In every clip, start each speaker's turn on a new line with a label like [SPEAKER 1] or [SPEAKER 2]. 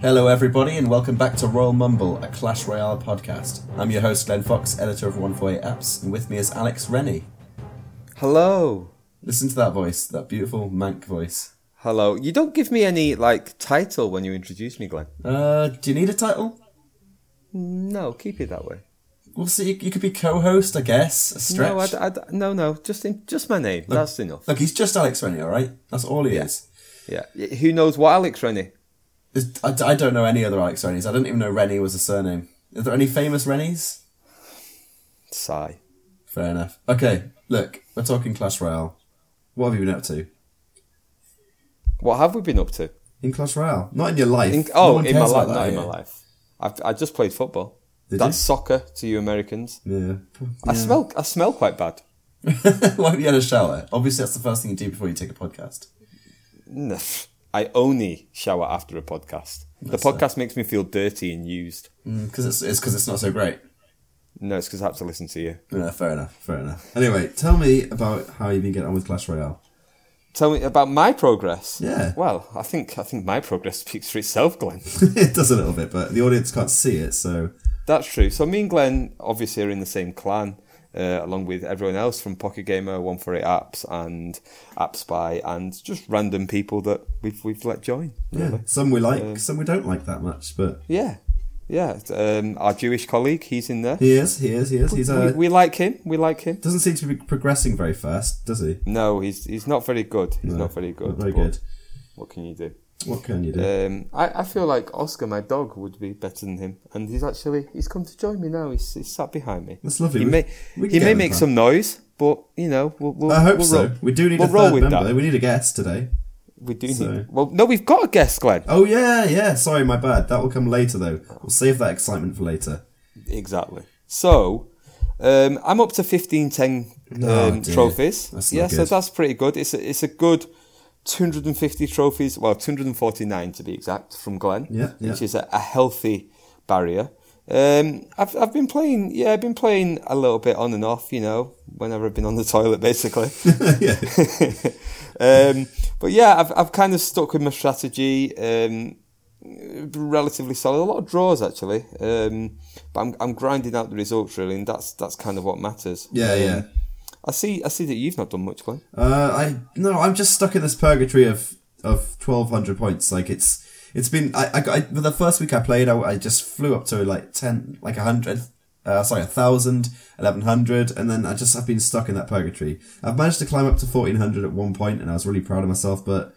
[SPEAKER 1] Hello, everybody, and welcome back to Royal Mumble, a Clash Royale podcast. I'm your host, Glenn Fox, editor of 148 Apps, and with me is Alex Rennie.
[SPEAKER 2] Hello.
[SPEAKER 1] Listen to that voice, that beautiful Mank voice.
[SPEAKER 2] Hello. You don't give me any like title when you introduce me, Glenn.
[SPEAKER 1] Uh, do you need a title?
[SPEAKER 2] No, keep it that way.
[SPEAKER 1] Well, see, you could be co-host, I guess. A stretch. Oh.
[SPEAKER 2] No, I, I, no, no. Just in, just my name. That's enough.
[SPEAKER 1] Look, he's just Alex Rennie, all right? That's all he
[SPEAKER 2] Yeah.
[SPEAKER 1] is.
[SPEAKER 2] Yeah. Y- Who knows what Alex Rennie?
[SPEAKER 1] There's- I, I don't know any other Alex Rennies. I don't even know Rennie was a surname. Are there any famous Rennies?
[SPEAKER 2] Sigh.
[SPEAKER 1] Fair enough. Okay, look, we're talking Clash Royale. What have you been up to?
[SPEAKER 2] What have we been up to?
[SPEAKER 1] In Clash Royale? Not in your life.
[SPEAKER 2] In,
[SPEAKER 1] No
[SPEAKER 2] oh,
[SPEAKER 1] one
[SPEAKER 2] in my
[SPEAKER 1] cares
[SPEAKER 2] life.
[SPEAKER 1] about
[SPEAKER 2] Not
[SPEAKER 1] that
[SPEAKER 2] in my
[SPEAKER 1] here.
[SPEAKER 2] life. I've, I just played football.
[SPEAKER 1] Did
[SPEAKER 2] That's
[SPEAKER 1] you?
[SPEAKER 2] soccer to you Americans.
[SPEAKER 1] Yeah.
[SPEAKER 2] I smell. I smell quite bad.
[SPEAKER 1] Why haven't you had a shower? Obviously, that's the first thing you do before you take a podcast.
[SPEAKER 2] No. I only shower after a podcast.
[SPEAKER 1] That's
[SPEAKER 2] the podcast makes me feel dirty and used.
[SPEAKER 1] Because Mm, it's it's because it's not so great.
[SPEAKER 2] No, it's because I have to listen to you.
[SPEAKER 1] Yeah, fair enough. Fair enough. Anyway, tell me about how you've been getting on with Clash Royale.
[SPEAKER 2] Tell me about my progress.
[SPEAKER 1] Yeah.
[SPEAKER 2] Well, I think I think my progress speaks for itself, Glenn.
[SPEAKER 1] it does a little bit, but the audience can't see it, so
[SPEAKER 2] That's true. So me and Glenn obviously are in the same clan, uh, along with everyone else from Pocket Gamer, One Four Eight Apps, and App Spy, and just random people that we've we've let join.
[SPEAKER 1] yeah.
[SPEAKER 2] Really.
[SPEAKER 1] Some we like, some we don't like that much, but
[SPEAKER 2] Yeah. Yeah. Um, our Jewish colleague, he's in there.
[SPEAKER 1] he is, he is, he is. He's
[SPEAKER 2] We,
[SPEAKER 1] uh,
[SPEAKER 2] we like him. We like him.
[SPEAKER 1] doesn't seem to be progressing very fast, does he?
[SPEAKER 2] No, he's he's not very good. He's
[SPEAKER 1] No,
[SPEAKER 2] not very good.
[SPEAKER 1] not very
[SPEAKER 2] but
[SPEAKER 1] good.
[SPEAKER 2] What can you do?
[SPEAKER 1] What can you do?
[SPEAKER 2] Um, I, I feel like Oscar, my dog, would be better than him, and he's actually he's come to join me now. He's, he's sat behind me.
[SPEAKER 1] That's lovely.
[SPEAKER 2] He
[SPEAKER 1] We-
[SPEAKER 2] may
[SPEAKER 1] we can
[SPEAKER 2] he
[SPEAKER 1] get
[SPEAKER 2] may
[SPEAKER 1] him,
[SPEAKER 2] make
[SPEAKER 1] man.
[SPEAKER 2] some noise, but you know we'll, we'll
[SPEAKER 1] I hope
[SPEAKER 2] we'll
[SPEAKER 1] so.
[SPEAKER 2] roll.
[SPEAKER 1] We do need
[SPEAKER 2] we'll
[SPEAKER 1] a
[SPEAKER 2] roll
[SPEAKER 1] third
[SPEAKER 2] with
[SPEAKER 1] member.
[SPEAKER 2] that.
[SPEAKER 1] We need a guest today.
[SPEAKER 2] We do
[SPEAKER 1] So-
[SPEAKER 2] need. Well, no, we've got a guest, Glenn.
[SPEAKER 1] Oh yeah, yeah. Sorry, my bad. That will come later though. We'll save that excitement for later.
[SPEAKER 2] Exactly. So, um, I'm up to fifteen ten um,
[SPEAKER 1] Oh, dear.
[SPEAKER 2] trophies.
[SPEAKER 1] That's not
[SPEAKER 2] yeah, so
[SPEAKER 1] good.
[SPEAKER 2] that's pretty good. It's a, it's a good two hundred and fifty trophies. Well, two hundred and forty nine to be exact from Glenn.
[SPEAKER 1] Yeah, yeah.
[SPEAKER 2] which is a, a healthy barrier. Um, I've I've been playing. Yeah, I've been playing a little bit on and off. You know, whenever I've been on the toilet, basically.
[SPEAKER 1] yeah.
[SPEAKER 2] um, but yeah, I've I've kind of stuck with my strategy. Um, relatively solid. A lot of draws actually, um, but I'm I'm grinding out the results really, and that's that's kind of what matters.
[SPEAKER 1] Yeah,
[SPEAKER 2] Um,
[SPEAKER 1] yeah.
[SPEAKER 2] I see. I see that you've not done much, Glenn.
[SPEAKER 1] Uh, I no, I'm just stuck in this purgatory of of twelve hundred points. Like it's it's been I I, got, I the first week I played, I, I just flew up to like ten, like a hundred. Uh, sorry, a thousand, eleven hundred, and then I just I've been stuck in that purgatory. I've managed to climb up to fourteen hundred at one point, and I was really proud of myself. But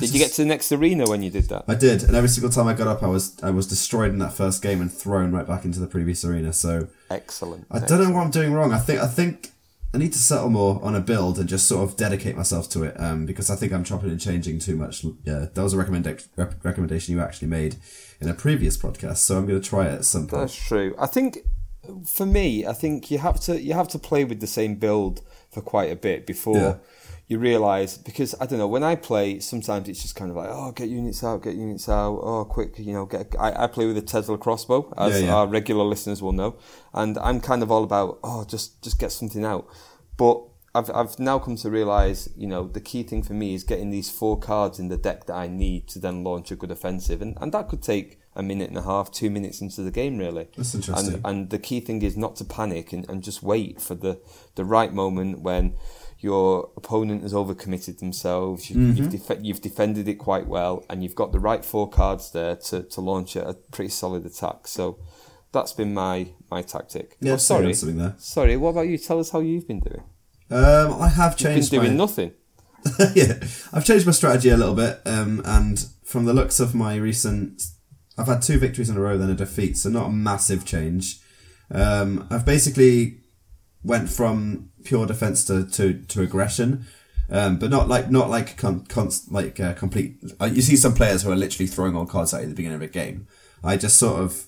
[SPEAKER 2] Did you get to the next arena when you did that?
[SPEAKER 1] I did, and every single time I got up, I was I was destroyed in that first game and thrown right back into the previous arena. So
[SPEAKER 2] Excellent.
[SPEAKER 1] I don't know what I'm doing wrong. I think I think I need to settle more on a build and just sort of dedicate myself to it. Um, because I think I'm chopping and changing too much. Yeah, that was a recommend- rec- recommendation you actually made in a previous podcast, so I'm going to try it at some point.
[SPEAKER 2] That's true. I think for me, I think you have to you have to play with the same build for quite a bit before
[SPEAKER 1] Yeah.
[SPEAKER 2] you realize because I don't know when I play sometimes it's just kind of like oh get units out get units out oh quick you know get I, I play with a Tesla crossbow as
[SPEAKER 1] Yeah, yeah.
[SPEAKER 2] our regular listeners will know and I'm kind of all about oh just just get something out but I've I've now come to realize you know the key thing for me is getting these four cards in the deck that I need to then launch a good offensive and and that could take a minute and a half two minutes into the game really
[SPEAKER 1] That's interesting.
[SPEAKER 2] and, and the key thing is not to panic and, and just wait for the, the right moment when your opponent has overcommitted themselves. You've, you've,
[SPEAKER 1] Mm-hmm.
[SPEAKER 2] def- you've defended it quite well, and you've got the right four cards there to, to launch a, a pretty solid attack. So that's been my, my tactic.
[SPEAKER 1] Yeah,
[SPEAKER 2] Oh,
[SPEAKER 1] so you
[SPEAKER 2] sorry.
[SPEAKER 1] had something there.
[SPEAKER 2] Sorry, what about you? Tell us how you've been doing.
[SPEAKER 1] Um, I have
[SPEAKER 2] Been
[SPEAKER 1] changed.
[SPEAKER 2] doing
[SPEAKER 1] my-
[SPEAKER 2] nothing.
[SPEAKER 1] yeah, I've changed my strategy a little bit, um, and from the looks of my recent, I've had two victories in a row, then a defeat, so not a massive change. Um, I've basically went from pure defense to to, to aggression, um, but not like not like con, const, like uh, complete. Uh, you see some players who are literally throwing all cards at you at the beginning of a game. I just sort of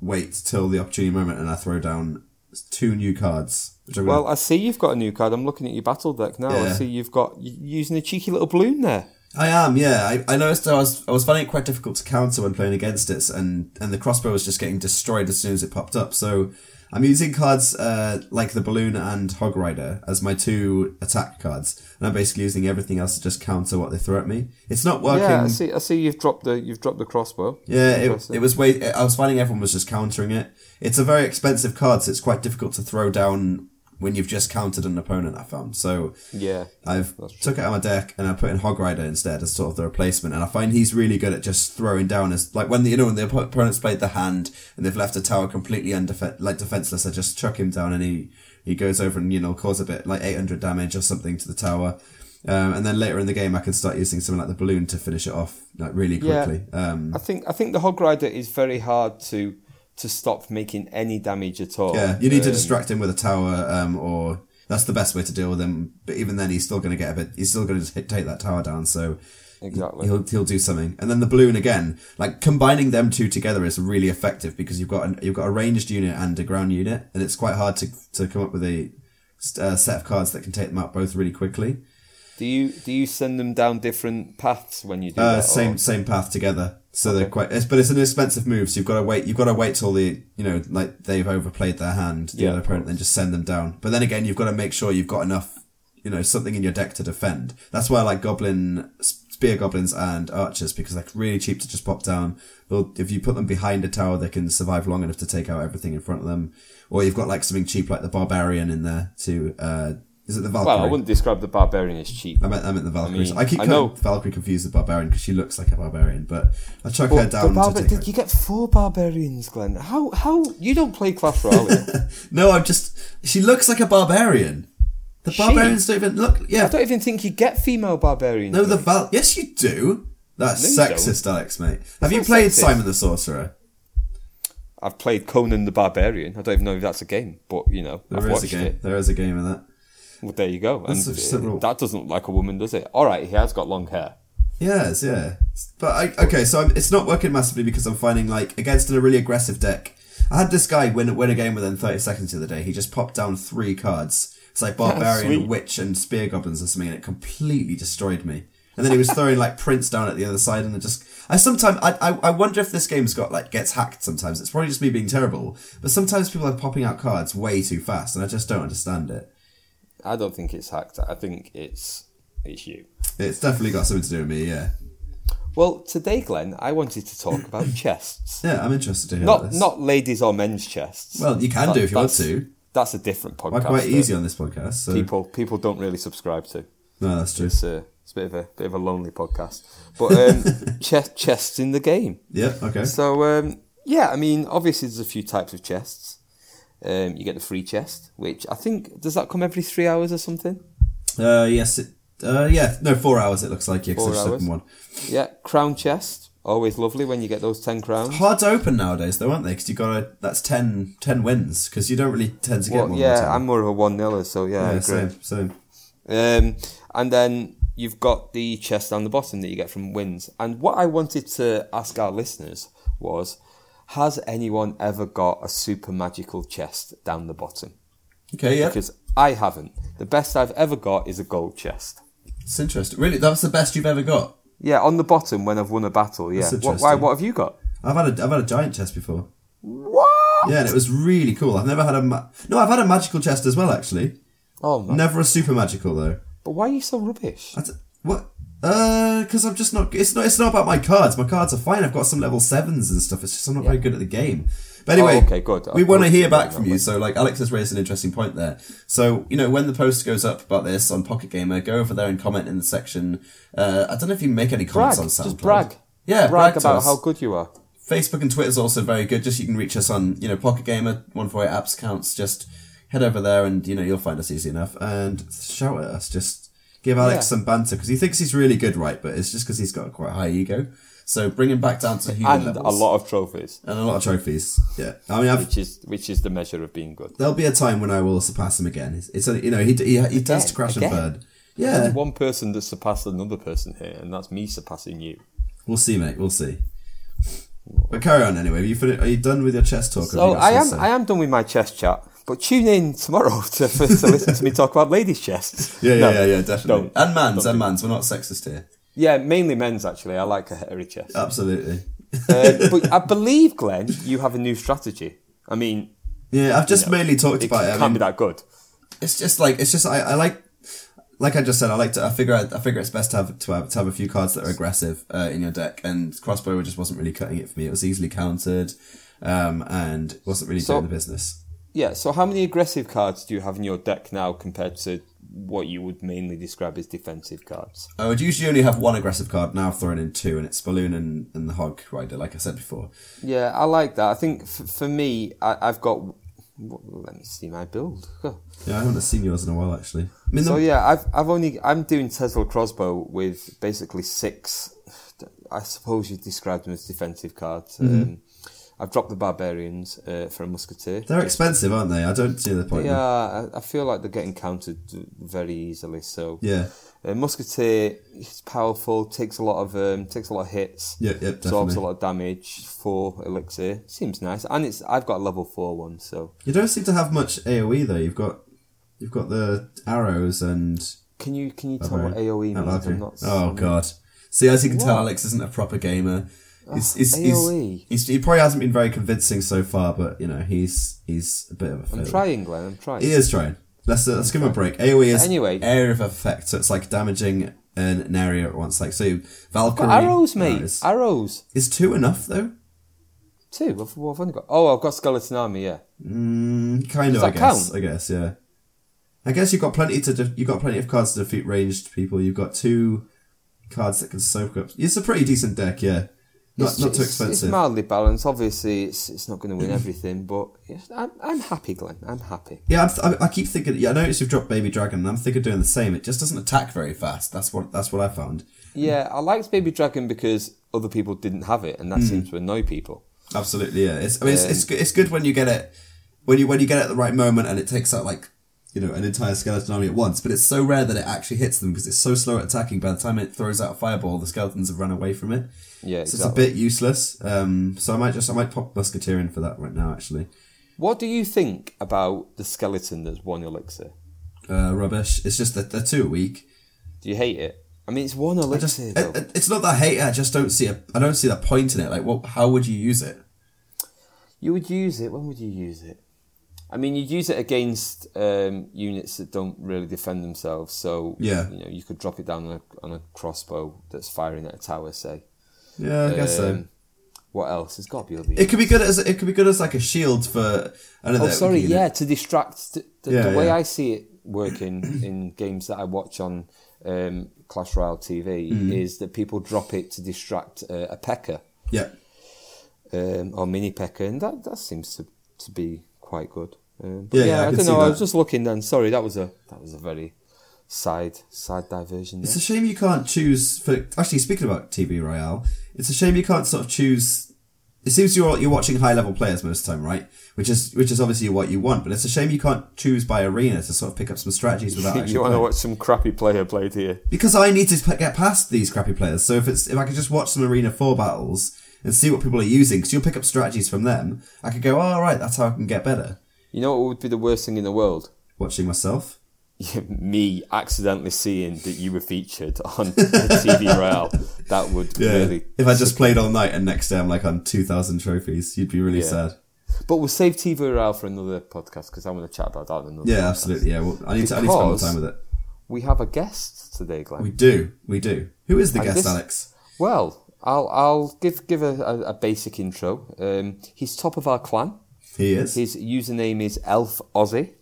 [SPEAKER 1] wait till the opportune moment, and I throw down two new cards. Which I'm
[SPEAKER 2] Well, I see you've got a new card. I'm looking at your battle deck now. I
[SPEAKER 1] Yeah.
[SPEAKER 2] see you've got you're using a cheeky little balloon there.
[SPEAKER 1] I am, yeah. I, I noticed I was I was finding it quite difficult to counter when playing against it, and and the crossbow was just getting destroyed as soon as it popped up. So I'm using cards uh, like the Balloon and Hog Rider as my two attack cards, and I'm basically using everything else to just counter what they throw at me. It's not working.
[SPEAKER 2] Yeah, I see. I see. You've dropped the you've dropped the crossbow.
[SPEAKER 1] Yeah, it,
[SPEAKER 2] Interesting.
[SPEAKER 1] it was way. I was finding everyone was just countering it. It's a very expensive card, so it's quite difficult to throw down when you've just countered an opponent. I found so
[SPEAKER 2] Yeah,
[SPEAKER 1] I've
[SPEAKER 2] That's true.
[SPEAKER 1] took it out of my deck and I put in Hog Rider instead as sort of the replacement. And I find he's really good at just throwing down as like when the, you know when the oppo- opponent's played the hand and they've left a tower completely undefe- like defenseless. I just chuck him down and he he goes over and you know cause a bit like eight hundred damage or something to the tower. Um, and then later in the game, I can start using something like the balloon to finish it off like really
[SPEAKER 2] Yeah.
[SPEAKER 1] quickly. Um,
[SPEAKER 2] I think I think the hog rider is very hard to to stop making any damage at all.
[SPEAKER 1] Yeah, you need to
[SPEAKER 2] Um,
[SPEAKER 1] distract him with a tower, um, or that's the best way to deal with him. But even then, he's still going to get a bit. He's still going to hit, take that tower down. So
[SPEAKER 2] Exactly.
[SPEAKER 1] he'll he'll do something. And then the balloon again, like combining them two together is really effective because you've got an, you've got a ranged unit and a ground unit, and it's quite hard to to come up with a uh, set of cards that can take them out both really quickly.
[SPEAKER 2] Do you do you send them down different paths when you do
[SPEAKER 1] Uh,
[SPEAKER 2] that?
[SPEAKER 1] same
[SPEAKER 2] or-
[SPEAKER 1] same path together. So they're quite, it's, but it's an expensive move. So you've got to wait. You've got to wait till the you know like they've overplayed their hand, the
[SPEAKER 2] Yeah,
[SPEAKER 1] other
[SPEAKER 2] of
[SPEAKER 1] opponent,
[SPEAKER 2] course.
[SPEAKER 1] then just send them down. But then again, you've got to make sure you've got enough, you know, something in your deck to defend. That's why I like goblin spear goblins and archers because they're really cheap to just pop down. Well, if you put them behind a tower, they can survive long enough to take out everything in front of them. Or you've got like something cheap like the barbarian in there to uh, is it the Valkyrie?
[SPEAKER 2] well, I wouldn't describe the barbarian as cheap.
[SPEAKER 1] I meant, I meant the Valkyrie. I,
[SPEAKER 2] mean,
[SPEAKER 1] keep
[SPEAKER 2] I
[SPEAKER 1] calling
[SPEAKER 2] know-
[SPEAKER 1] Valkyrie confused with barbarian because she looks like a barbarian, but I chuck her
[SPEAKER 2] But the
[SPEAKER 1] down.
[SPEAKER 2] barbar-
[SPEAKER 1] to take
[SPEAKER 2] did you get four barbarians, Glenn? How how you don't play Clash Royale?
[SPEAKER 1] her- No, I'm just. She looks like a barbarian. The
[SPEAKER 2] She?
[SPEAKER 1] barbarians don't even look.
[SPEAKER 2] I
[SPEAKER 1] Yeah,
[SPEAKER 2] don't even think you get female barbarians.
[SPEAKER 1] no, the
[SPEAKER 2] mate.
[SPEAKER 1] Val. Yes, you do. That's
[SPEAKER 2] No, you
[SPEAKER 1] sexist, Alex, mate. Have you
[SPEAKER 2] not
[SPEAKER 1] played
[SPEAKER 2] sexist.
[SPEAKER 1] Simon the Sorcerer?
[SPEAKER 2] I've played Conan the Barbarian. I don't even know if that's a game, but you know,
[SPEAKER 1] There
[SPEAKER 2] I've
[SPEAKER 1] is
[SPEAKER 2] watched
[SPEAKER 1] a game.
[SPEAKER 2] it.
[SPEAKER 1] There is a game of that.
[SPEAKER 2] Well, there you go. And
[SPEAKER 1] That's such a rule.
[SPEAKER 2] uh, that doesn't look like a woman, does it? All right, he has got long hair.
[SPEAKER 1] Yes, yeah. But I, okay, so I'm, it's not working massively because I'm finding like against a really aggressive deck. I had this guy win win a game within 30 seconds the other day. He just popped down three cards. It's like barbarian,
[SPEAKER 2] sweet.
[SPEAKER 1] witch, and spear goblins or something, and it completely destroyed me. And then he was throwing like prints down at the other side, and it just I sometimes I, I I wonder if this game's got like gets hacked sometimes. It's probably just me being terrible, but sometimes people are popping out cards way too fast, and I just don't understand it.
[SPEAKER 2] I don't think it's hacked. I think it's it's you.
[SPEAKER 1] It's definitely got something to do with me. Yeah,
[SPEAKER 2] Well, today, Glenn, I wanted to talk about chests.
[SPEAKER 1] yeah. I'm interested to hear about
[SPEAKER 2] Not
[SPEAKER 1] this.
[SPEAKER 2] not ladies or men's chests.
[SPEAKER 1] Well, you can do if you want
[SPEAKER 2] that's-
[SPEAKER 1] to.
[SPEAKER 2] That's a different podcast.
[SPEAKER 1] We're quite
[SPEAKER 2] that
[SPEAKER 1] easy on this podcast. So
[SPEAKER 2] People people don't really subscribe to.
[SPEAKER 1] no, that's true.
[SPEAKER 2] It's a it's a bit of a bit of a lonely podcast. But um, chest chests in the game.
[SPEAKER 1] Yeah. Okay.
[SPEAKER 2] So um, yeah, I mean, obviously there's a few types of chests. Um, you get the free chest, which I think does that come every three hours or something.
[SPEAKER 1] Uh, yes. It, uh, yeah. No, four hours. It looks like yeah. 'cause
[SPEAKER 2] Four
[SPEAKER 1] I've just
[SPEAKER 2] hours.
[SPEAKER 1] opened one.
[SPEAKER 2] Yeah, crown chest, always lovely when you get those ten crowns.
[SPEAKER 1] Hard to open nowadays, though, aren't they? Because you got to that's 10, 10 wins. Because you don't really tend to get
[SPEAKER 2] Well,
[SPEAKER 1] more. than 10.
[SPEAKER 2] yeah, I'm more of a one niler, so yeah, I
[SPEAKER 1] yeah,
[SPEAKER 2] agree.
[SPEAKER 1] same, same.
[SPEAKER 2] Um, and then you've got the chest down the bottom that you get from wins. And what I wanted to ask our listeners was, has anyone ever got a super magical chest down the bottom?
[SPEAKER 1] Okay. Yeah.
[SPEAKER 2] Because I haven't. The best I've ever got is a gold chest.
[SPEAKER 1] It's interesting. Really, that was the best you've ever got.
[SPEAKER 2] Yeah, on the bottom when I've won a battle. Yeah.
[SPEAKER 1] That's
[SPEAKER 2] What, why?
[SPEAKER 1] interesting.
[SPEAKER 2] What have you got?
[SPEAKER 1] I've had a I've had a giant chest before.
[SPEAKER 2] What?
[SPEAKER 1] Yeah, and it was really cool. I've never had a ma- no. I've had a magical chest as well, actually.
[SPEAKER 2] Oh man.
[SPEAKER 1] Never a super magical though.
[SPEAKER 2] But why are you so rubbish?
[SPEAKER 1] That's what? Uh, because I'm just not. It's not. It's not about my cards. My cards are fine. I've got some level sevens and stuff. It's just I'm not very good at the game. But anyway,
[SPEAKER 2] Oh, okay, good.
[SPEAKER 1] We
[SPEAKER 2] I've
[SPEAKER 1] want to
[SPEAKER 2] moved
[SPEAKER 1] hear
[SPEAKER 2] it
[SPEAKER 1] back
[SPEAKER 2] down
[SPEAKER 1] from
[SPEAKER 2] that
[SPEAKER 1] you.
[SPEAKER 2] way.
[SPEAKER 1] So, like, Alex has raised an interesting point there. So, you know, when the post goes up about this on Pocket Gamer, go over there and comment in the section. Uh, I don't know if you make any
[SPEAKER 2] Brag.
[SPEAKER 1] comments on SoundCloud.
[SPEAKER 2] Just brag.
[SPEAKER 1] Yeah, brag,
[SPEAKER 2] brag,
[SPEAKER 1] to
[SPEAKER 2] about
[SPEAKER 1] us.
[SPEAKER 2] how good you are.
[SPEAKER 1] Facebook and Twitter's also very good. Just you can reach us on you know Pocket Gamer One Four Eight Apps accounts. Just head over there and you know you'll find us easy enough and shout at us. Just give Alex
[SPEAKER 2] Yeah.
[SPEAKER 1] some banter because he thinks he's really good, right? But it's just because he's got quite a high ego. So bring him back down to human
[SPEAKER 2] And a
[SPEAKER 1] levels
[SPEAKER 2] lot of trophies,
[SPEAKER 1] and a lot of trophies. Yeah, I mean, I've,
[SPEAKER 2] which is which is the measure of being good.
[SPEAKER 1] there'll be a time when I will surpass him again. It's, it's only- you know he he, he tends to crash
[SPEAKER 2] Again?
[SPEAKER 1] and burn.
[SPEAKER 2] There's
[SPEAKER 1] Yeah,
[SPEAKER 2] one person that surpassed another person here, and that's me surpassing you.
[SPEAKER 1] we'll see, mate. We'll see. But carry on anyway. Are you, fin- are you done with your chess talk? or have
[SPEAKER 2] So
[SPEAKER 1] you got
[SPEAKER 2] Oh, I am
[SPEAKER 1] something to
[SPEAKER 2] I
[SPEAKER 1] say?
[SPEAKER 2] am done with my chest chat. But tune in tomorrow to, for, to listen to me talk about ladies' chests.
[SPEAKER 1] Yeah, yeah,
[SPEAKER 2] No,
[SPEAKER 1] yeah, yeah, definitely.
[SPEAKER 2] don't.
[SPEAKER 1] And mans, and mans. We're not sexist here.
[SPEAKER 2] Yeah, mainly men's actually. I like a hairy chest.
[SPEAKER 1] Absolutely.
[SPEAKER 2] Uh, but I believe, Glenn, you have a new strategy. I mean,
[SPEAKER 1] Yeah, I've just
[SPEAKER 2] you know,
[SPEAKER 1] mainly talked
[SPEAKER 2] It
[SPEAKER 1] about it. I
[SPEAKER 2] can't
[SPEAKER 1] mean,
[SPEAKER 2] be that good.
[SPEAKER 1] it's just like it's just I, I like like I just said I like to I figure I, I figure it's best to have to have, to have a few cards that are aggressive uh, in your deck and crossbow just wasn't really cutting it for me. It was easily countered um, and wasn't really
[SPEAKER 2] So-
[SPEAKER 1] doing the business.
[SPEAKER 2] Yeah. So how many aggressive cards do you have in your deck now compared to what you would mainly describe as defensive cards?
[SPEAKER 1] I would usually only have one aggressive card. Now I've thrown in two, and it's Balloon and, and the Hog Rider, like I said before.
[SPEAKER 2] Yeah, I like that. I think f- for me, I- I've got. what- Let me see my build. Huh.
[SPEAKER 1] Yeah, I haven't seen yours in a while actually. I mean, the,
[SPEAKER 2] So yeah, I've I've only I'm doing Tesla Crossbow with basically six. I suppose you'd describe them as defensive cards.
[SPEAKER 1] Mm-hmm.
[SPEAKER 2] Um, I've dropped the barbarians uh, for a musketeer.
[SPEAKER 1] they're expensive, aren't they? I don't see the point.
[SPEAKER 2] Yeah, I, I feel like they're getting countered very easily. So
[SPEAKER 1] Yeah.
[SPEAKER 2] Uh, Musketeer is powerful, takes a lot of um, takes a lot of hits,
[SPEAKER 1] Yeah, yeah,
[SPEAKER 2] absorbs
[SPEAKER 1] definitely.
[SPEAKER 2] a lot of damage. Four elixir seems nice, and it's I've got a level four one, so
[SPEAKER 1] You don't seem to have much AOE though. You've got you've got the arrows and
[SPEAKER 2] can you can you tell Oh, what
[SPEAKER 1] Barbarian.
[SPEAKER 2] AOE
[SPEAKER 1] Not
[SPEAKER 2] means?
[SPEAKER 1] Valkyrie.
[SPEAKER 2] I'm not.
[SPEAKER 1] oh god! See, as you can tell,
[SPEAKER 2] What? Ah,
[SPEAKER 1] Alex isn't a proper gamer. He's, he's, he's,
[SPEAKER 2] AOE.
[SPEAKER 1] he's- he probably hasn't been very convincing so far, but you know he's he's a bit of a.
[SPEAKER 2] I'm
[SPEAKER 1] fiddler.
[SPEAKER 2] trying, Glenn. I'm trying.
[SPEAKER 1] He is trying. Let's uh, let's give him a break. AOE is
[SPEAKER 2] Anyway.
[SPEAKER 1] area of effect, so it's like damaging an, an area at once. Like so, Valkyrie
[SPEAKER 2] Got arrows, mate.
[SPEAKER 1] Is,
[SPEAKER 2] Arrows.
[SPEAKER 1] is two enough though?
[SPEAKER 2] Two. I've, well, I've only got. Oh, I've got skeleton army. Yeah.
[SPEAKER 1] Mm, kind
[SPEAKER 2] Does
[SPEAKER 1] of, I
[SPEAKER 2] that
[SPEAKER 1] guess.
[SPEAKER 2] count?
[SPEAKER 1] I guess, yeah. I guess you've got plenty to de- you've got plenty of cards to defeat ranged people. You've got two cards that can soak up. It's a pretty decent deck, yeah. Not
[SPEAKER 2] It's-
[SPEAKER 1] not too
[SPEAKER 2] it's- It's
[SPEAKER 1] expensive.
[SPEAKER 2] mildly balanced. Obviously, it's it's not going to win everything, but yes, I'm I'm happy, Glenn. I'm happy.
[SPEAKER 1] yeah, I'm th- I, I keep thinking. Yeah, I noticed you've dropped Baby Dragon, and I'm thinking of doing the same. It just doesn't attack very fast. That's what that's what I found.
[SPEAKER 2] Yeah, I liked Baby Dragon because other people didn't have it, and
[SPEAKER 1] Hmm.
[SPEAKER 2] that seemed to annoy people.
[SPEAKER 1] Absolutely, yeah. It's I mean, it's, it's go- it's good when you get it when you when you get it at the right moment, and it takes out like you know an entire skeleton army at once. But it's so rare that it actually hits them because it's so slow at attacking. By the time it throws out a fireball, the skeletons have run away from it.
[SPEAKER 2] Yeah,
[SPEAKER 1] so
[SPEAKER 2] exactly.
[SPEAKER 1] it's a bit useless. Um, so I might just I might pop musketeer in for that right now. Actually,
[SPEAKER 2] What do you think about the skeleton that's one elixir?
[SPEAKER 1] uh, rubbish. It's just that they're too weak.
[SPEAKER 2] Do you hate it? I mean, it's one elixir.
[SPEAKER 1] Just it,
[SPEAKER 2] though.
[SPEAKER 1] it- it's not that I hate it. I just don't see a I don't see the point in it. Like, what? How would you use it?
[SPEAKER 2] you would use it. When would you use it? I mean, you'd use it against um, units that don't really defend themselves. So
[SPEAKER 1] Yeah.
[SPEAKER 2] you know, you could drop it down on a, on a crossbow that's firing at a tower. Say,
[SPEAKER 1] Yeah, I guess so.
[SPEAKER 2] Um, what else? It's got to be other.
[SPEAKER 1] It could be good as it could be good as like a shield for another.
[SPEAKER 2] Oh, sorry,
[SPEAKER 1] unit.
[SPEAKER 2] yeah, to distract. The, the,
[SPEAKER 1] Yeah,
[SPEAKER 2] the way
[SPEAKER 1] yeah.
[SPEAKER 2] I see it working in games that I watch on um, Clash Royale TV
[SPEAKER 1] Mm-hmm.
[SPEAKER 2] is that people drop it to distract uh, a pecker
[SPEAKER 1] yeah.
[SPEAKER 2] um, or mini pecker, and that, that seems to, to be quite good. Um, but
[SPEAKER 1] Yeah,
[SPEAKER 2] yeah,
[SPEAKER 1] yeah, I
[SPEAKER 2] I,
[SPEAKER 1] can
[SPEAKER 2] don't
[SPEAKER 1] see
[SPEAKER 2] know. I
[SPEAKER 1] that.
[SPEAKER 2] was just looking then. Sorry, that was a that was a very side side diversion.
[SPEAKER 1] It's
[SPEAKER 2] There.
[SPEAKER 1] a shame you can't choose for. Actually, speaking about TV Royale, it's a shame you can't sort of choose. It seems you're you're watching high level players most of the time, right? Which is which is obviously what you want, but it's a shame you can't choose by arena to sort of pick up some strategies without. actually
[SPEAKER 2] you want to
[SPEAKER 1] playing.
[SPEAKER 2] watch some crappy player played here?
[SPEAKER 1] because I need to p- get past these crappy players. So if it's if I could just watch some arena four battles and see what people are using, because you'll pick up strategies from them. I could go, oh, all right, that's how I can get better.
[SPEAKER 2] You know what would be the worst thing in the world?
[SPEAKER 1] Watching myself.
[SPEAKER 2] me accidentally seeing that you were featured on TV Royale, that would really.
[SPEAKER 1] If I just played all night and next day I'm like on two thousand trophies, you'd be really
[SPEAKER 2] Yeah.
[SPEAKER 1] sad.
[SPEAKER 2] But we'll save TV Royale for another podcast because I want to chat about that in another.
[SPEAKER 1] Yeah,
[SPEAKER 2] podcast.
[SPEAKER 1] absolutely. Yeah, well, I need to I need to spend more
[SPEAKER 2] Because-
[SPEAKER 1] time with it.
[SPEAKER 2] We have a guest today, Glenn.
[SPEAKER 1] We do, we do. Who is the
[SPEAKER 2] And
[SPEAKER 1] guest,
[SPEAKER 2] this-
[SPEAKER 1] Alex?
[SPEAKER 2] Well, I'll I'll give give a, a, a basic intro. Um, he's top of our clan.
[SPEAKER 1] He is.
[SPEAKER 2] His username is Elf Aussie.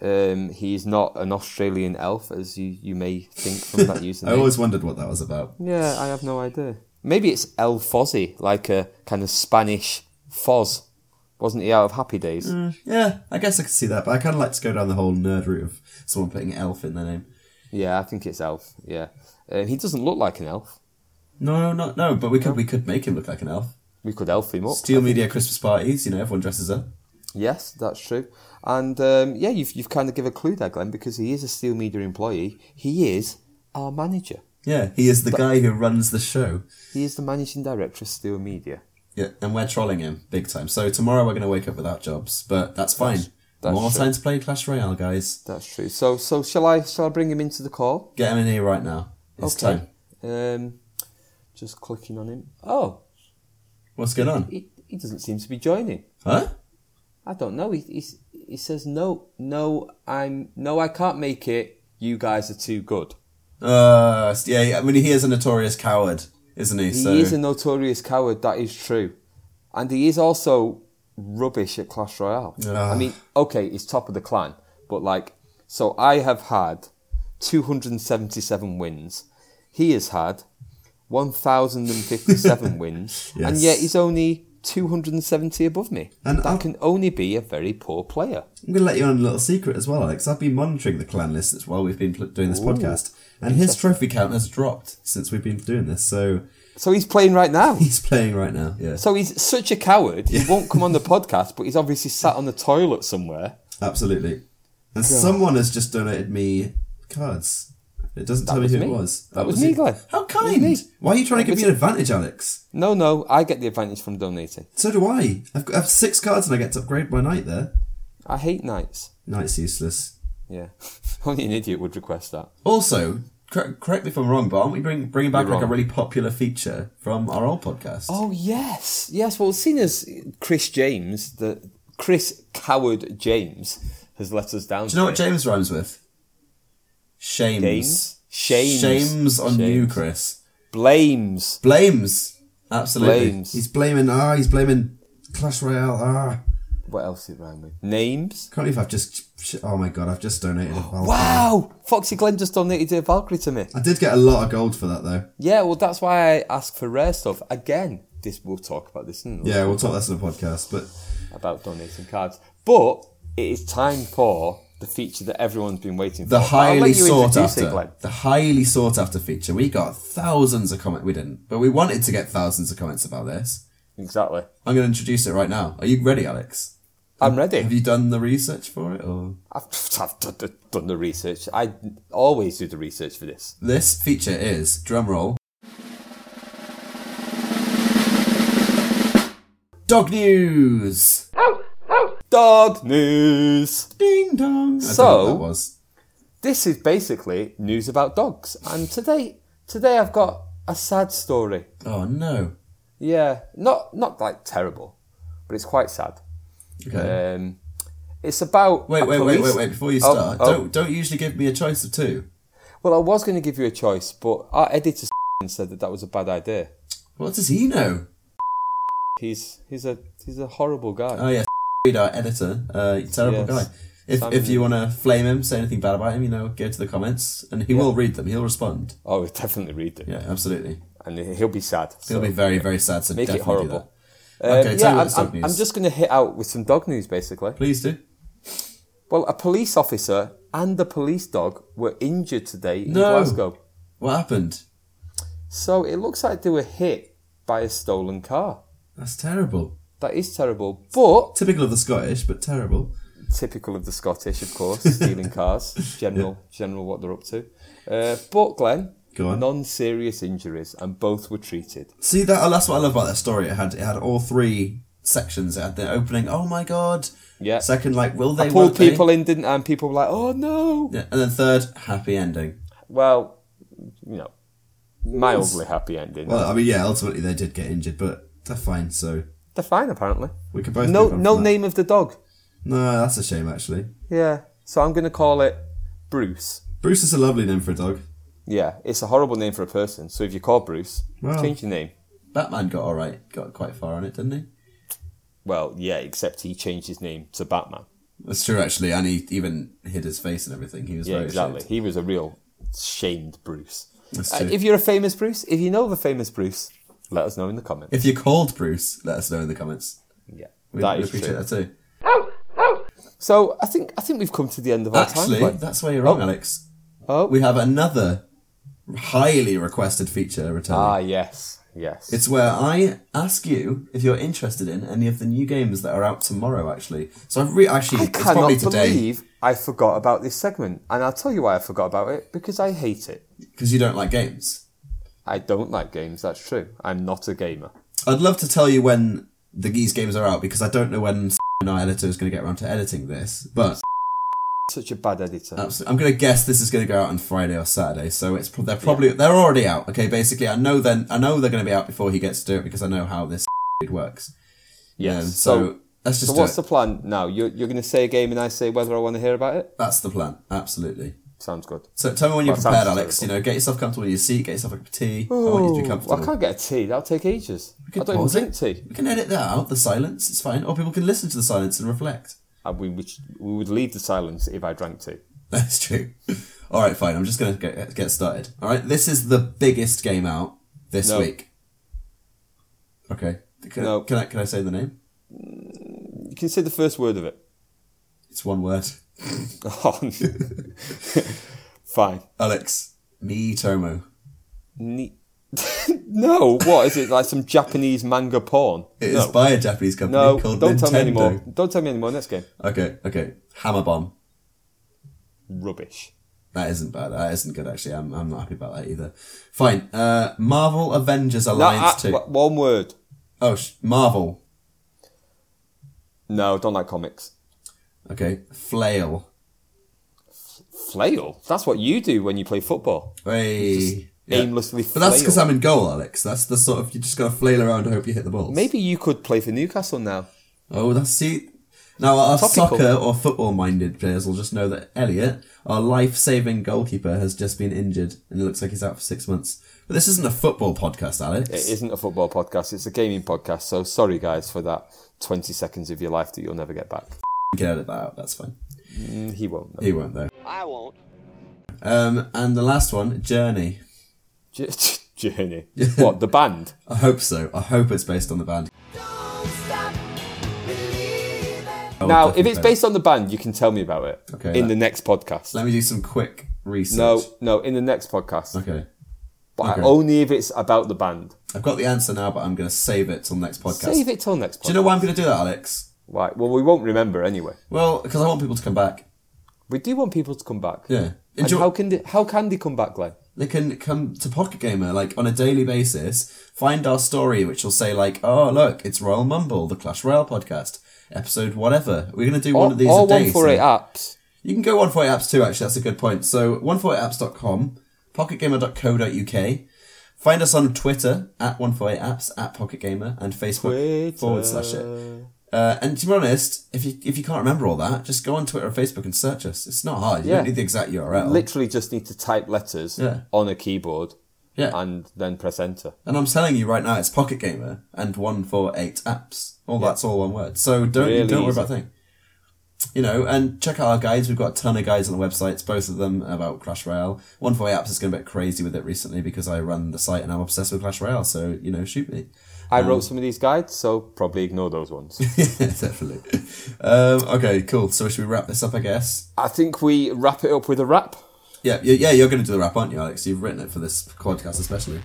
[SPEAKER 2] Um, he's not an Australian elf, as you, you may think from that username.
[SPEAKER 1] I always wondered what that was about.
[SPEAKER 2] Yeah, I have no idea. Maybe it's El Fozzy, like a kind of Spanish Foz. Wasn't he out of Happy Days?
[SPEAKER 1] Mm. Yeah, I guess I could see that, but I kind of like to go down the whole nerd route of someone putting elf in their name.
[SPEAKER 2] Yeah, I think it's Elf. Yeah, um, he doesn't look like an elf.
[SPEAKER 1] No, not no, but we could we could make him look like an elf.
[SPEAKER 2] We could elf him up.
[SPEAKER 1] Steel media Christmas parties, you know, everyone dresses up.
[SPEAKER 2] Yes, that's true. And um, yeah, you've you've kind of give a clue there, Glenn, because he is a Steel Media employee. He is our manager.
[SPEAKER 1] Yeah, he is the guy who runs the show.
[SPEAKER 2] He is the managing director of Steel Media.
[SPEAKER 1] Yeah, and we're trolling him big time. So tomorrow we're going to wake up without jobs, but that's fine.
[SPEAKER 2] that's
[SPEAKER 1] More
[SPEAKER 2] true.
[SPEAKER 1] time to play Clash Royale, guys.
[SPEAKER 2] That's true. So so shall I shall I bring him into the call?
[SPEAKER 1] Get him in here right now. It's time.
[SPEAKER 2] Um, just clicking on him. Oh,
[SPEAKER 1] What's going on?
[SPEAKER 2] he he doesn't seem to be joining.
[SPEAKER 1] Huh?
[SPEAKER 2] I don't know. He, he, he says, no, no, I'm, no, I can't make it. You guys are too good.
[SPEAKER 1] Uh, yeah, yeah, I mean, he is a notorious coward, isn't he?
[SPEAKER 2] He
[SPEAKER 1] so,
[SPEAKER 2] is a notorious coward, that is true. And he is also rubbish at Clash Royale. I
[SPEAKER 1] Ugh.
[SPEAKER 2] mean, okay, he's top of the clan, but like, so I have had 277 wins. He has had 1,057 wins, and
[SPEAKER 1] Yes.
[SPEAKER 2] yet he's only 270 above me.
[SPEAKER 1] And
[SPEAKER 2] that
[SPEAKER 1] I'll-
[SPEAKER 2] can only be a very poor player.
[SPEAKER 1] I'm going to let you on a little secret as well, Alex. I've been monitoring the clan lists while we've been pl- doing this podcast, and his trophy count has dropped since we've been doing this. So
[SPEAKER 2] So he's playing right now.
[SPEAKER 1] he's playing right now. Yeah,
[SPEAKER 2] So he's such a coward. He won't come on the podcast, but he's obviously sat on the toilet somewhere.
[SPEAKER 1] absolutely. And someone has just donated me cards. It doesn't tell me
[SPEAKER 2] was
[SPEAKER 1] who
[SPEAKER 2] me.
[SPEAKER 1] it was.
[SPEAKER 2] That was me,
[SPEAKER 1] you.
[SPEAKER 2] Glenn.
[SPEAKER 1] How
[SPEAKER 2] That was me.
[SPEAKER 1] kind! Why are you trying to give me
[SPEAKER 2] was-
[SPEAKER 1] an advantage, Alex?
[SPEAKER 2] No, no, I get the advantage from donating.
[SPEAKER 1] So do I. I've got I have six cards and I get to upgrade my knight there.
[SPEAKER 2] I hate knights.
[SPEAKER 1] Knight's useless.
[SPEAKER 2] Yeah, only an idiot would request that.
[SPEAKER 1] Also, cor- correct me if I'm wrong, but aren't we bring, bringing back
[SPEAKER 2] You're
[SPEAKER 1] like a
[SPEAKER 2] wrong.
[SPEAKER 1] really popular feature from our old podcast?
[SPEAKER 2] Oh yes, yes. Well, seeing as Chris James, the Chris Coward James, has let us down.
[SPEAKER 1] Do you know what
[SPEAKER 2] today.
[SPEAKER 1] James rhymes with? Shames.
[SPEAKER 2] James? Shames.
[SPEAKER 1] Shames on you,
[SPEAKER 2] Shames.
[SPEAKER 1] Chris.
[SPEAKER 2] Blames.
[SPEAKER 1] Blames. Absolutely.
[SPEAKER 2] Blames.
[SPEAKER 1] He's blaming. Ah, he's blaming Clash Royale. Ah,
[SPEAKER 2] What else did it rhyme with? Names.
[SPEAKER 1] can't believe I've just. sh- Oh my god, I've just donated. A Valkyrie.
[SPEAKER 2] Wow, Foxy Glenn just donated a Valkyrie to me.
[SPEAKER 1] I did get a lot of gold for that though.
[SPEAKER 2] Yeah, well, that's why I ask for rare stuff again. This we'll talk about this in another
[SPEAKER 1] Yeah, we'll talk less in the podcast, but
[SPEAKER 2] about donating cards. But it is time for the feature that everyone's been waiting for.
[SPEAKER 1] the
[SPEAKER 2] But I'll
[SPEAKER 1] highly
[SPEAKER 2] let you
[SPEAKER 1] sought
[SPEAKER 2] introduce
[SPEAKER 1] after,
[SPEAKER 2] It, Glenn.
[SPEAKER 1] the highly sought after feature. We got thousands of comments. We didn't, but we wanted to get thousands of comments about this.
[SPEAKER 2] Exactly.
[SPEAKER 1] I'm going to introduce it right now. Are you ready, Alex?
[SPEAKER 2] I'm ready.
[SPEAKER 1] Have you done the research for it, or
[SPEAKER 2] I've, I've done, the- done the research. I always do the research for this.
[SPEAKER 1] this feature is drum roll. Dog news.
[SPEAKER 2] Dog news.
[SPEAKER 1] Ding dong. I don't know
[SPEAKER 2] So-
[SPEAKER 1] what that was
[SPEAKER 2] This is basically news about dogs. And today, today I've got a sad story.
[SPEAKER 1] oh no.
[SPEAKER 2] Yeah, not not like terrible, but it's quite sad.
[SPEAKER 1] Okay.
[SPEAKER 2] Um, it's about
[SPEAKER 1] Wait,
[SPEAKER 2] a
[SPEAKER 1] wait, wait, wait,
[SPEAKER 2] police-
[SPEAKER 1] wait! Before you
[SPEAKER 2] Oh,
[SPEAKER 1] start,
[SPEAKER 2] oh.
[SPEAKER 1] don't don't usually give me a choice of two.
[SPEAKER 2] Well, I was going to give you a choice, but our editor said that that was a bad idea.
[SPEAKER 1] What does he know?
[SPEAKER 2] He's he's a he's a horrible guy.
[SPEAKER 1] Oh yes, Reed, our editor, uh, terrible
[SPEAKER 2] Yes.
[SPEAKER 1] guy. If
[SPEAKER 2] Simon
[SPEAKER 1] if you
[SPEAKER 2] is-
[SPEAKER 1] want to flame him, say anything bad about him, you know, go to the comments, and he will read them. He'll respond.
[SPEAKER 2] oh, he'll definitely read it,
[SPEAKER 1] Yeah, absolutely.
[SPEAKER 2] and he'll be sad.
[SPEAKER 1] He'll
[SPEAKER 2] So
[SPEAKER 1] be very very sad. So
[SPEAKER 2] make it
[SPEAKER 1] definitely Do that.
[SPEAKER 2] horrible. Uh,
[SPEAKER 1] Okay, tell me
[SPEAKER 2] yeah, I'm,
[SPEAKER 1] what's dog
[SPEAKER 2] I'm-
[SPEAKER 1] news.
[SPEAKER 2] I'm just going to hit out with some dog news, basically.
[SPEAKER 1] Please do.
[SPEAKER 2] Well, a police officer and a police dog were injured today in
[SPEAKER 1] No.
[SPEAKER 2] Glasgow.
[SPEAKER 1] What happened?
[SPEAKER 2] So it looks like they were hit by a stolen car.
[SPEAKER 1] That's terrible.
[SPEAKER 2] That is terrible, but
[SPEAKER 1] Typical of the Scottish, but terrible.
[SPEAKER 2] typical of the Scottish, of course, stealing cars. General, general, what they're up to. Uh, but Glenn,
[SPEAKER 1] Go on.
[SPEAKER 2] non-serious injuries, and both were treated.
[SPEAKER 1] See that? Oh, that's what I love about that story. It had it had all three sections. It had the opening. Oh my god.
[SPEAKER 2] Yeah.
[SPEAKER 1] Second, like, will they?
[SPEAKER 2] I pulled
[SPEAKER 1] won't they?
[SPEAKER 2] people in, didn't I? And people were like, "Oh no!"
[SPEAKER 1] Yeah, and then third, happy ending.
[SPEAKER 2] Well, you know, mildly happy ending.
[SPEAKER 1] Well, I mean, yeah, ultimately they did get injured, but they're fine. So
[SPEAKER 2] They're fine, apparently.
[SPEAKER 1] we can both.
[SPEAKER 2] No,
[SPEAKER 1] move on
[SPEAKER 2] no
[SPEAKER 1] from that.
[SPEAKER 2] name of the dog.
[SPEAKER 1] No, that's a shame actually.
[SPEAKER 2] Yeah. So I'm going to call it Bruce.
[SPEAKER 1] Bruce is a lovely name for a dog.
[SPEAKER 2] Yeah, it's a horrible name for a person. So if you call Bruce,
[SPEAKER 1] Well.
[SPEAKER 2] change your name.
[SPEAKER 1] Batman got all right, got quite far on it, didn't he?
[SPEAKER 2] Well, yeah, except he changed his name to Batman.
[SPEAKER 1] That's true, actually, and he even hid his face and everything. He was
[SPEAKER 2] Yeah,
[SPEAKER 1] very
[SPEAKER 2] exactly.
[SPEAKER 1] ashamed.
[SPEAKER 2] He was a real shamed Bruce.
[SPEAKER 1] That's
[SPEAKER 2] Uh,
[SPEAKER 1] true.
[SPEAKER 2] if you're a famous Bruce, if you know of a famous Bruce, let us know in the comments.
[SPEAKER 1] If you called Bruce, let us know in the comments.
[SPEAKER 2] Yeah,
[SPEAKER 1] We,
[SPEAKER 2] that
[SPEAKER 1] we
[SPEAKER 2] is
[SPEAKER 1] appreciate
[SPEAKER 2] true.
[SPEAKER 1] that too.
[SPEAKER 2] So I think I think we've come to the end of our
[SPEAKER 1] Actually,
[SPEAKER 2] time. Glenn.
[SPEAKER 1] that's where you're wrong, Alex.
[SPEAKER 2] Oh,
[SPEAKER 1] We have another highly requested feature returning.
[SPEAKER 2] ah, yes, yes.
[SPEAKER 1] It's where I ask you if you're interested in any of the new games that are out tomorrow. Actually, so I've re- actually
[SPEAKER 2] I
[SPEAKER 1] it's probably
[SPEAKER 2] cannot
[SPEAKER 1] today
[SPEAKER 2] believe I forgot about this segment, and I'll tell you why I forgot about it because I hate it.
[SPEAKER 1] because you don't like games.
[SPEAKER 2] I don't like games. That's true. I'm not a gamer.
[SPEAKER 1] I'd love to tell you when the these games are out because I don't know when our editor is going to get around to editing this. But
[SPEAKER 2] Such a bad editor.
[SPEAKER 1] absolutely, I'm going to guess this is going to go out on Friday or Saturday. So it's pro- they're probably they're already out. Okay, basically, I know then I know they're going to be out before he gets to do it because I know how this works.
[SPEAKER 2] yes.
[SPEAKER 1] Um,
[SPEAKER 2] so,
[SPEAKER 1] so Let's just
[SPEAKER 2] So
[SPEAKER 1] do
[SPEAKER 2] what's
[SPEAKER 1] it.
[SPEAKER 2] the plan now? You're, you're going to say a game and I say whether I want to hear about it?
[SPEAKER 1] That's the plan. Absolutely.
[SPEAKER 2] Sounds good.
[SPEAKER 1] So tell me when you're
[SPEAKER 2] That sounds
[SPEAKER 1] prepared, Alex.
[SPEAKER 2] terrible.
[SPEAKER 1] You know, get yourself comfortable in your seat. Get yourself a cup of tea. I want you to be comfortable.
[SPEAKER 2] I can't get a tea. That'll take ages.
[SPEAKER 1] We
[SPEAKER 2] I
[SPEAKER 1] can
[SPEAKER 2] don't even
[SPEAKER 1] pause it.
[SPEAKER 2] drink tea.
[SPEAKER 1] We can edit that out. The silence. It's fine. Or people can listen to the silence and reflect.
[SPEAKER 2] And Uh, we, we, sh- we would leave the silence if I drank tea.
[SPEAKER 1] That's true. All right, fine. I'm just gonna get, get started. All right, this is the biggest game out this
[SPEAKER 2] No.
[SPEAKER 1] week. Okay. Can,
[SPEAKER 2] No.
[SPEAKER 1] can I can I say the name?
[SPEAKER 2] You can say the first word of it.
[SPEAKER 1] It's one word.
[SPEAKER 2] Oh. Fine. Alex.
[SPEAKER 1] Me Tomo.
[SPEAKER 2] Ni- no, what is it? Like some Japanese manga porn?
[SPEAKER 1] It is
[SPEAKER 2] no.
[SPEAKER 1] by a Japanese company
[SPEAKER 2] no,
[SPEAKER 1] called
[SPEAKER 2] don't
[SPEAKER 1] Nintendo.
[SPEAKER 2] tell me anymore. Don't tell me anymore. Next game.
[SPEAKER 1] Okay, okay. Hammer Bomb.
[SPEAKER 2] Rubbish.
[SPEAKER 1] That isn't bad. That isn't good actually. I'm, I'm not happy about that either. Fine. Uh, Marvel Avengers
[SPEAKER 2] No,
[SPEAKER 1] Alliance
[SPEAKER 2] I-
[SPEAKER 1] Two.
[SPEAKER 2] w- one word.
[SPEAKER 1] Oh, sh- Marvel.
[SPEAKER 2] No, don't like comics.
[SPEAKER 1] Okay. Flail.
[SPEAKER 2] Flail. That's what you do when you play football.
[SPEAKER 1] Hey. Yeah.
[SPEAKER 2] aimlessly
[SPEAKER 1] But that's because
[SPEAKER 2] flail.
[SPEAKER 1] I'm in goal, Alex. That's the sort of you just gotta flail around and hope you hit the balls.
[SPEAKER 2] Maybe you could play for Newcastle now.
[SPEAKER 1] Oh, that's see. Now our
[SPEAKER 2] Topical.
[SPEAKER 1] soccer or football-minded players will just know that Elliot, our life-saving goalkeeper, has just been injured and it looks like he's out for six months. But this isn't a football podcast, Alex.
[SPEAKER 2] It isn't a football podcast, it's a gaming podcast. So sorry, guys, for that 20 seconds of your life that you'll never get back.
[SPEAKER 1] Get out of that. out, That's fine.
[SPEAKER 2] Mm, He won't. No.
[SPEAKER 1] He won't though.
[SPEAKER 3] I won't.
[SPEAKER 1] Um, and the last one, Journey.
[SPEAKER 2] J- Journey. what, the band?
[SPEAKER 1] I hope so. I hope it's based on the band. I will
[SPEAKER 2] now, if
[SPEAKER 1] definitely
[SPEAKER 2] it's
[SPEAKER 1] play
[SPEAKER 2] based on the band, you can tell me about it
[SPEAKER 1] Okay,
[SPEAKER 2] in
[SPEAKER 1] let-
[SPEAKER 2] the next podcast.
[SPEAKER 1] it. let me do some quick research.
[SPEAKER 2] no, no, in the next podcast.
[SPEAKER 1] Okay.
[SPEAKER 2] But
[SPEAKER 1] okay.
[SPEAKER 2] only if it's about the band.
[SPEAKER 1] I've got the answer now, but I'm going to save it till next podcast.
[SPEAKER 2] Save it till next podcast.
[SPEAKER 1] Do you know why I'm going to do that, Alex?
[SPEAKER 2] Right, well, we won't remember anyway.
[SPEAKER 1] Well, because I want people to come back.
[SPEAKER 2] We do want people to come back.
[SPEAKER 1] Yeah.
[SPEAKER 2] And
[SPEAKER 1] Enjoy-
[SPEAKER 2] how can they, how can they come back, Glenn?
[SPEAKER 1] they can come to Pocket Gamer like on a daily basis. Find our story, which will say like, "Oh, look, it's Royal Mumble, the Clash Royale podcast, episode whatever." We're gonna do one of these
[SPEAKER 2] all
[SPEAKER 1] a day.
[SPEAKER 2] 148
[SPEAKER 1] so-
[SPEAKER 2] apps.
[SPEAKER 1] You can go 148 apps too. Actually, that's a good point. So 148apps.com, pocketgamer.co.uk. Find us on Twitter at 148 apps at Pocket Gamer and Facebook
[SPEAKER 2] Twitter.
[SPEAKER 1] forward slash it. Uh, and to be honest, if you if you can't remember all that, just go on Twitter or Facebook and search us. It's not hard. You
[SPEAKER 2] Yeah.
[SPEAKER 1] don't need the exact URL.
[SPEAKER 2] Literally just need to type letters
[SPEAKER 1] Yeah.
[SPEAKER 2] on a keyboard
[SPEAKER 1] yeah.
[SPEAKER 2] and then press enter.
[SPEAKER 1] And I'm telling you right now, it's Pocket Gamer and one four eight apps. All that's all one word. So don't
[SPEAKER 2] Really
[SPEAKER 1] don't worry
[SPEAKER 2] easy.
[SPEAKER 1] about a thing. You know, and check out our guides. We've got a ton of guides on the websites, both of them about Clash Royale. One four eight apps has gone a bit crazy with it recently because I run the site and I'm obsessed with Clash Royale. So you know, shoot me.
[SPEAKER 2] I wrote some of these guides, so probably ignore those ones.
[SPEAKER 1] yeah, definitely. Um, okay, cool. So should we wrap this up? I guess.
[SPEAKER 2] I think we wrap it up with a wrap.
[SPEAKER 1] Yeah, y- yeah. You're going to do the wrap, aren't you, Alex? You've written it for this podcast, especially.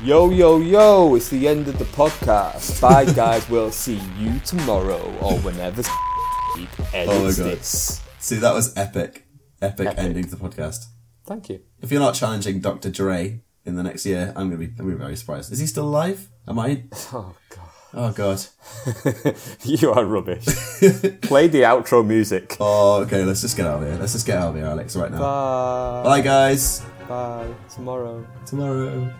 [SPEAKER 2] Yo, yo, yo, it's the end of the podcast. Bye, guys. We'll see you tomorrow or whenever ends
[SPEAKER 1] God.
[SPEAKER 2] this.
[SPEAKER 1] See, that was epic, epic,
[SPEAKER 2] Epic.
[SPEAKER 1] ending to the podcast.
[SPEAKER 2] Thank you.
[SPEAKER 1] If you're not challenging Dr. Dre in the next year, I'm gonna be I'm gonna be very surprised. Is he still alive? Am I?
[SPEAKER 2] Oh, God.
[SPEAKER 1] Oh god.
[SPEAKER 2] you are rubbish. Play the outro music.
[SPEAKER 1] Oh okay. Let's just get out of here. Let's just get out of here, Alex, right now.
[SPEAKER 2] Bye.
[SPEAKER 1] Bye guys.
[SPEAKER 2] Bye. Tomorrow.
[SPEAKER 1] Tomorrow.